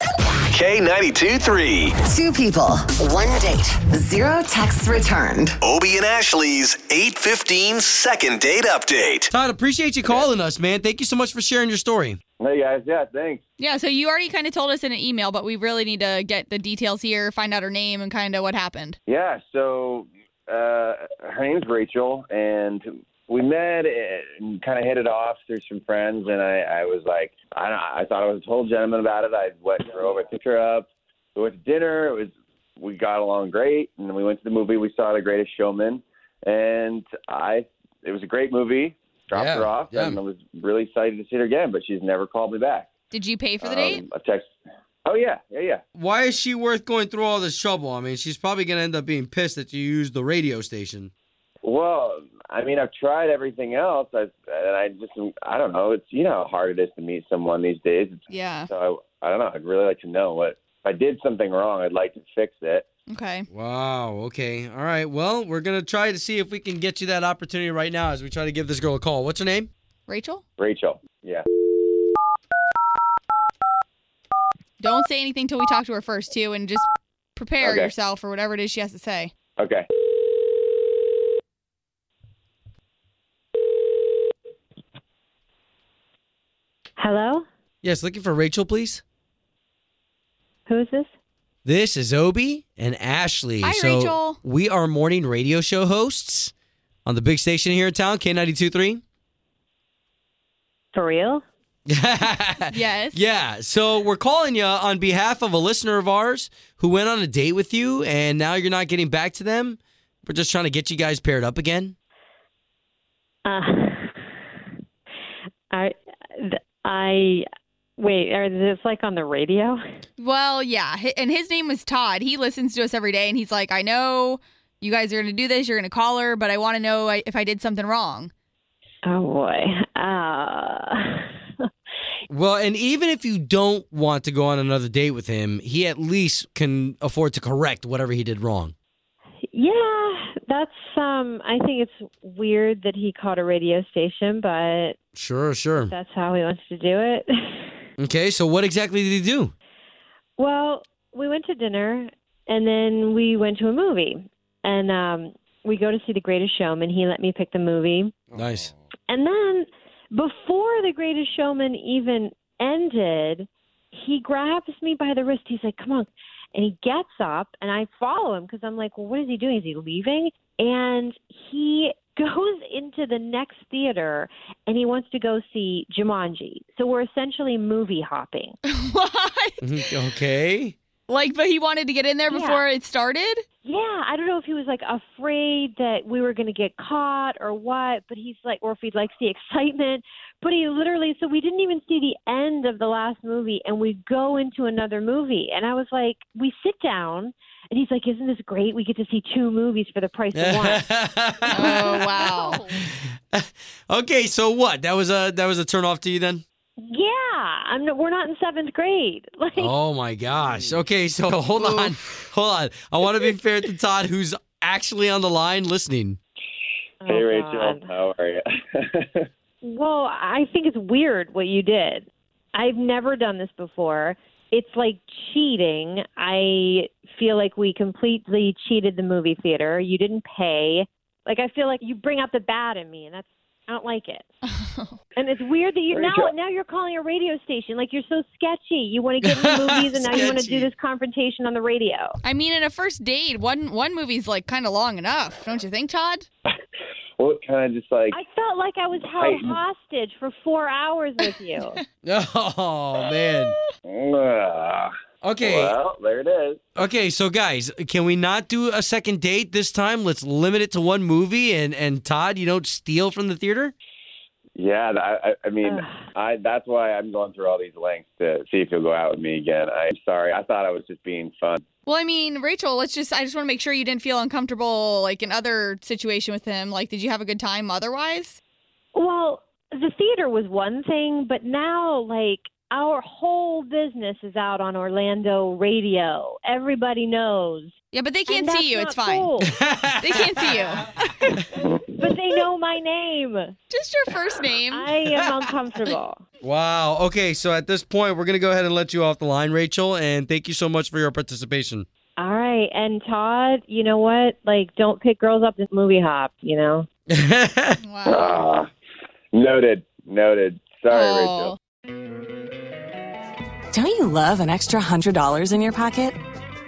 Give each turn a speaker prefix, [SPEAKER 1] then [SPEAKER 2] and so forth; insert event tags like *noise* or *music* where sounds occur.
[SPEAKER 1] K92 3.
[SPEAKER 2] Two people, one date, zero texts returned.
[SPEAKER 1] Obie and Ashley's 815 second date update.
[SPEAKER 3] Todd, appreciate you calling us, man. Thank you so much for sharing your story.
[SPEAKER 4] Hey guys, yeah, thanks.
[SPEAKER 5] Yeah, so you already kind of told us in an email, but we really need to get the details here, find out her name and kind of what happened.
[SPEAKER 4] Yeah, so uh, her name's Rachel, and we met uh, and kind of hit it off through some friends, and I, I was like, I don't, I thought I was a total gentleman about it. I went and drove, I picked her up, we went to dinner. It was we got along great, and then we went to the movie. We saw The Greatest Showman, and I it was a great movie. Dropped
[SPEAKER 3] Yeah,
[SPEAKER 4] her off,
[SPEAKER 3] yeah.
[SPEAKER 4] and I was really excited to see her again, but she's never called me back.
[SPEAKER 5] Did you pay for the
[SPEAKER 4] Um,
[SPEAKER 5] date?
[SPEAKER 4] I text. Oh yeah, yeah, yeah.
[SPEAKER 3] Why is she worth going through all this trouble? I mean, she's probably going to end up being pissed that you used the radio station.
[SPEAKER 4] Well, I mean, I've tried everything else, I, and I just, I don't know. It's you know how hard it is to meet someone these days.
[SPEAKER 5] Yeah.
[SPEAKER 4] So I, I don't know. I'd really like to know what if I did something wrong. I'd like to fix it.
[SPEAKER 5] Okay.
[SPEAKER 3] Wow, okay. All right, well, we're going to try to see if we can get you that opportunity right now as we try to give this girl a call. What's her name?
[SPEAKER 5] Rachel,
[SPEAKER 4] Rachel, yeah,
[SPEAKER 5] don't say anything till we talk to her first, too, and just prepare
[SPEAKER 4] Okay.
[SPEAKER 5] yourself for whatever it is she has to say.
[SPEAKER 4] okay.
[SPEAKER 6] Hello?
[SPEAKER 3] Yes, looking for Rachel, please.
[SPEAKER 6] Who is this?
[SPEAKER 3] This is Obie and Ashley.
[SPEAKER 5] Hi,
[SPEAKER 3] so
[SPEAKER 5] Rachel.
[SPEAKER 3] We are morning radio show hosts on the big station here in town, K92.3.
[SPEAKER 6] For real?
[SPEAKER 5] Yes.
[SPEAKER 3] *laughs* Yeah. So we're calling you on behalf of a listener of ours who went on a date with you and now you're not getting back to them. We're just trying to get you guys paired up again.
[SPEAKER 6] Uh, *laughs* I, th- I, wait, are this like on the radio?
[SPEAKER 5] Well, yeah. hi- And his name was Todd. He listens to us every day, and he's like, I know you guys are going to do this. You're going to call her, but I want to know I- if I did something wrong. *laughs*
[SPEAKER 6] Oh boy. Uh, *laughs*
[SPEAKER 3] Well, and even if you don't want to go on another date with him, he at least can afford to correct whatever he did wrong.
[SPEAKER 6] yeah, that's, um, I think it's weird that he called a radio station, but
[SPEAKER 3] Sure, sure.
[SPEAKER 6] that's how he wants to do it. *laughs*
[SPEAKER 3] Okay, so what exactly did he do?
[SPEAKER 6] well, we went to dinner and then we went to a movie and, um, we go to see The Greatest Showman. He let me pick the movie.
[SPEAKER 3] Nice. *laughs*
[SPEAKER 6] And then before The Greatest Showman even ended, he grabs me by the wrist. He's like, "Come on." And he gets up and I follow him cuz I'm like, "Well, what is he doing? Is he leaving?" And he *laughs* goes into the next theater and he wants to go see Jumanji. So we're essentially movie hopping.
[SPEAKER 5] what?
[SPEAKER 3] *laughs* okay.
[SPEAKER 5] Like, but he wanted to get in there
[SPEAKER 6] Yeah.
[SPEAKER 5] before it started?
[SPEAKER 6] Yeah, I don't know if he was like afraid that we were going to get caught or what, but he's like, or if he'd like the *laughs* excitement. But he literally, so we didn't even see the end of the last movie and we go into another movie. And I was like, we sit down and he's like, isn't this great? We get to see two movies for the price
[SPEAKER 3] *laughs*
[SPEAKER 6] of one.
[SPEAKER 5] Oh,
[SPEAKER 4] *laughs*
[SPEAKER 5] wow.
[SPEAKER 3] okay, so what? That was a that was a turn off to you then?
[SPEAKER 6] yeah, I'm, we're not in seventh grade. *laughs* Like,
[SPEAKER 3] Oh my gosh. Okay, so *laughs* hold on. Hold on. I want to be fair to Todd who's actually on the line listening.
[SPEAKER 4] Hey
[SPEAKER 6] Oh,
[SPEAKER 4] Rachel,
[SPEAKER 6] God.
[SPEAKER 4] how are you? *laughs*
[SPEAKER 6] Well, I think it's weird what you did. I've never done this before. It's like cheating. I feel like we completely cheated the movie theater. You didn't pay. Like I feel like you bring out the bad in me, and that's I don't like it. and it's weird that you now
[SPEAKER 4] Rachel.
[SPEAKER 6] now you're calling a radio station. Like you're so sketchy. You want to get in the movies, and now you want to
[SPEAKER 3] Sketchy.
[SPEAKER 6] do this confrontation on the radio.
[SPEAKER 5] I mean, in a first date, one one movie's like kind of long enough, don't you think, Todd?
[SPEAKER 4] well, kind of just like
[SPEAKER 6] I felt like I was held hostage for four hours with you.
[SPEAKER 3] *laughs* Oh man.
[SPEAKER 4] ah,
[SPEAKER 3] Okay.
[SPEAKER 4] well, there it is.
[SPEAKER 3] Okay, so guys, can we not do a second date this time? Let's limit it to one movie and and Todd, you don't steal from the theater? *laughs*
[SPEAKER 4] Yeah, th- I, I- I mean, I that's why I'm going through all these lengths to see if you'll go out with me again. I'm sorry. I thought I was just being fun.
[SPEAKER 5] Well, I mean, Rachel, let's just, I just want to make sure you didn't feel uncomfortable like in other situation with him. Like, did you have a good time otherwise?
[SPEAKER 6] Well, the theater was one thing, but now like our whole business is out on Orlando radio. Everybody knows.
[SPEAKER 5] Yeah, but they
[SPEAKER 6] And
[SPEAKER 5] can't
[SPEAKER 6] that's
[SPEAKER 5] see you.
[SPEAKER 6] not
[SPEAKER 5] It's fine.
[SPEAKER 6] cool.
[SPEAKER 5] They can't see
[SPEAKER 6] *laughs*
[SPEAKER 5] you.
[SPEAKER 6] but they
[SPEAKER 5] *laughs*
[SPEAKER 6] know my name.
[SPEAKER 5] Just your first name.
[SPEAKER 6] I
[SPEAKER 5] *laughs*
[SPEAKER 6] am uncomfortable.
[SPEAKER 3] Wow. Okay, so at this point, we're going to go ahead and let you off the line, Rachel, and thank you so much for your *laughs* participation.
[SPEAKER 6] All right, and Todd, you know what? Like, don't pick girls up in movie hop. You know.
[SPEAKER 5] Wow.
[SPEAKER 4] Ah, noted, noted. *laughs* Sorry, Rachel.
[SPEAKER 5] Oh.
[SPEAKER 7] Don't you love an extra $100 in your pocket?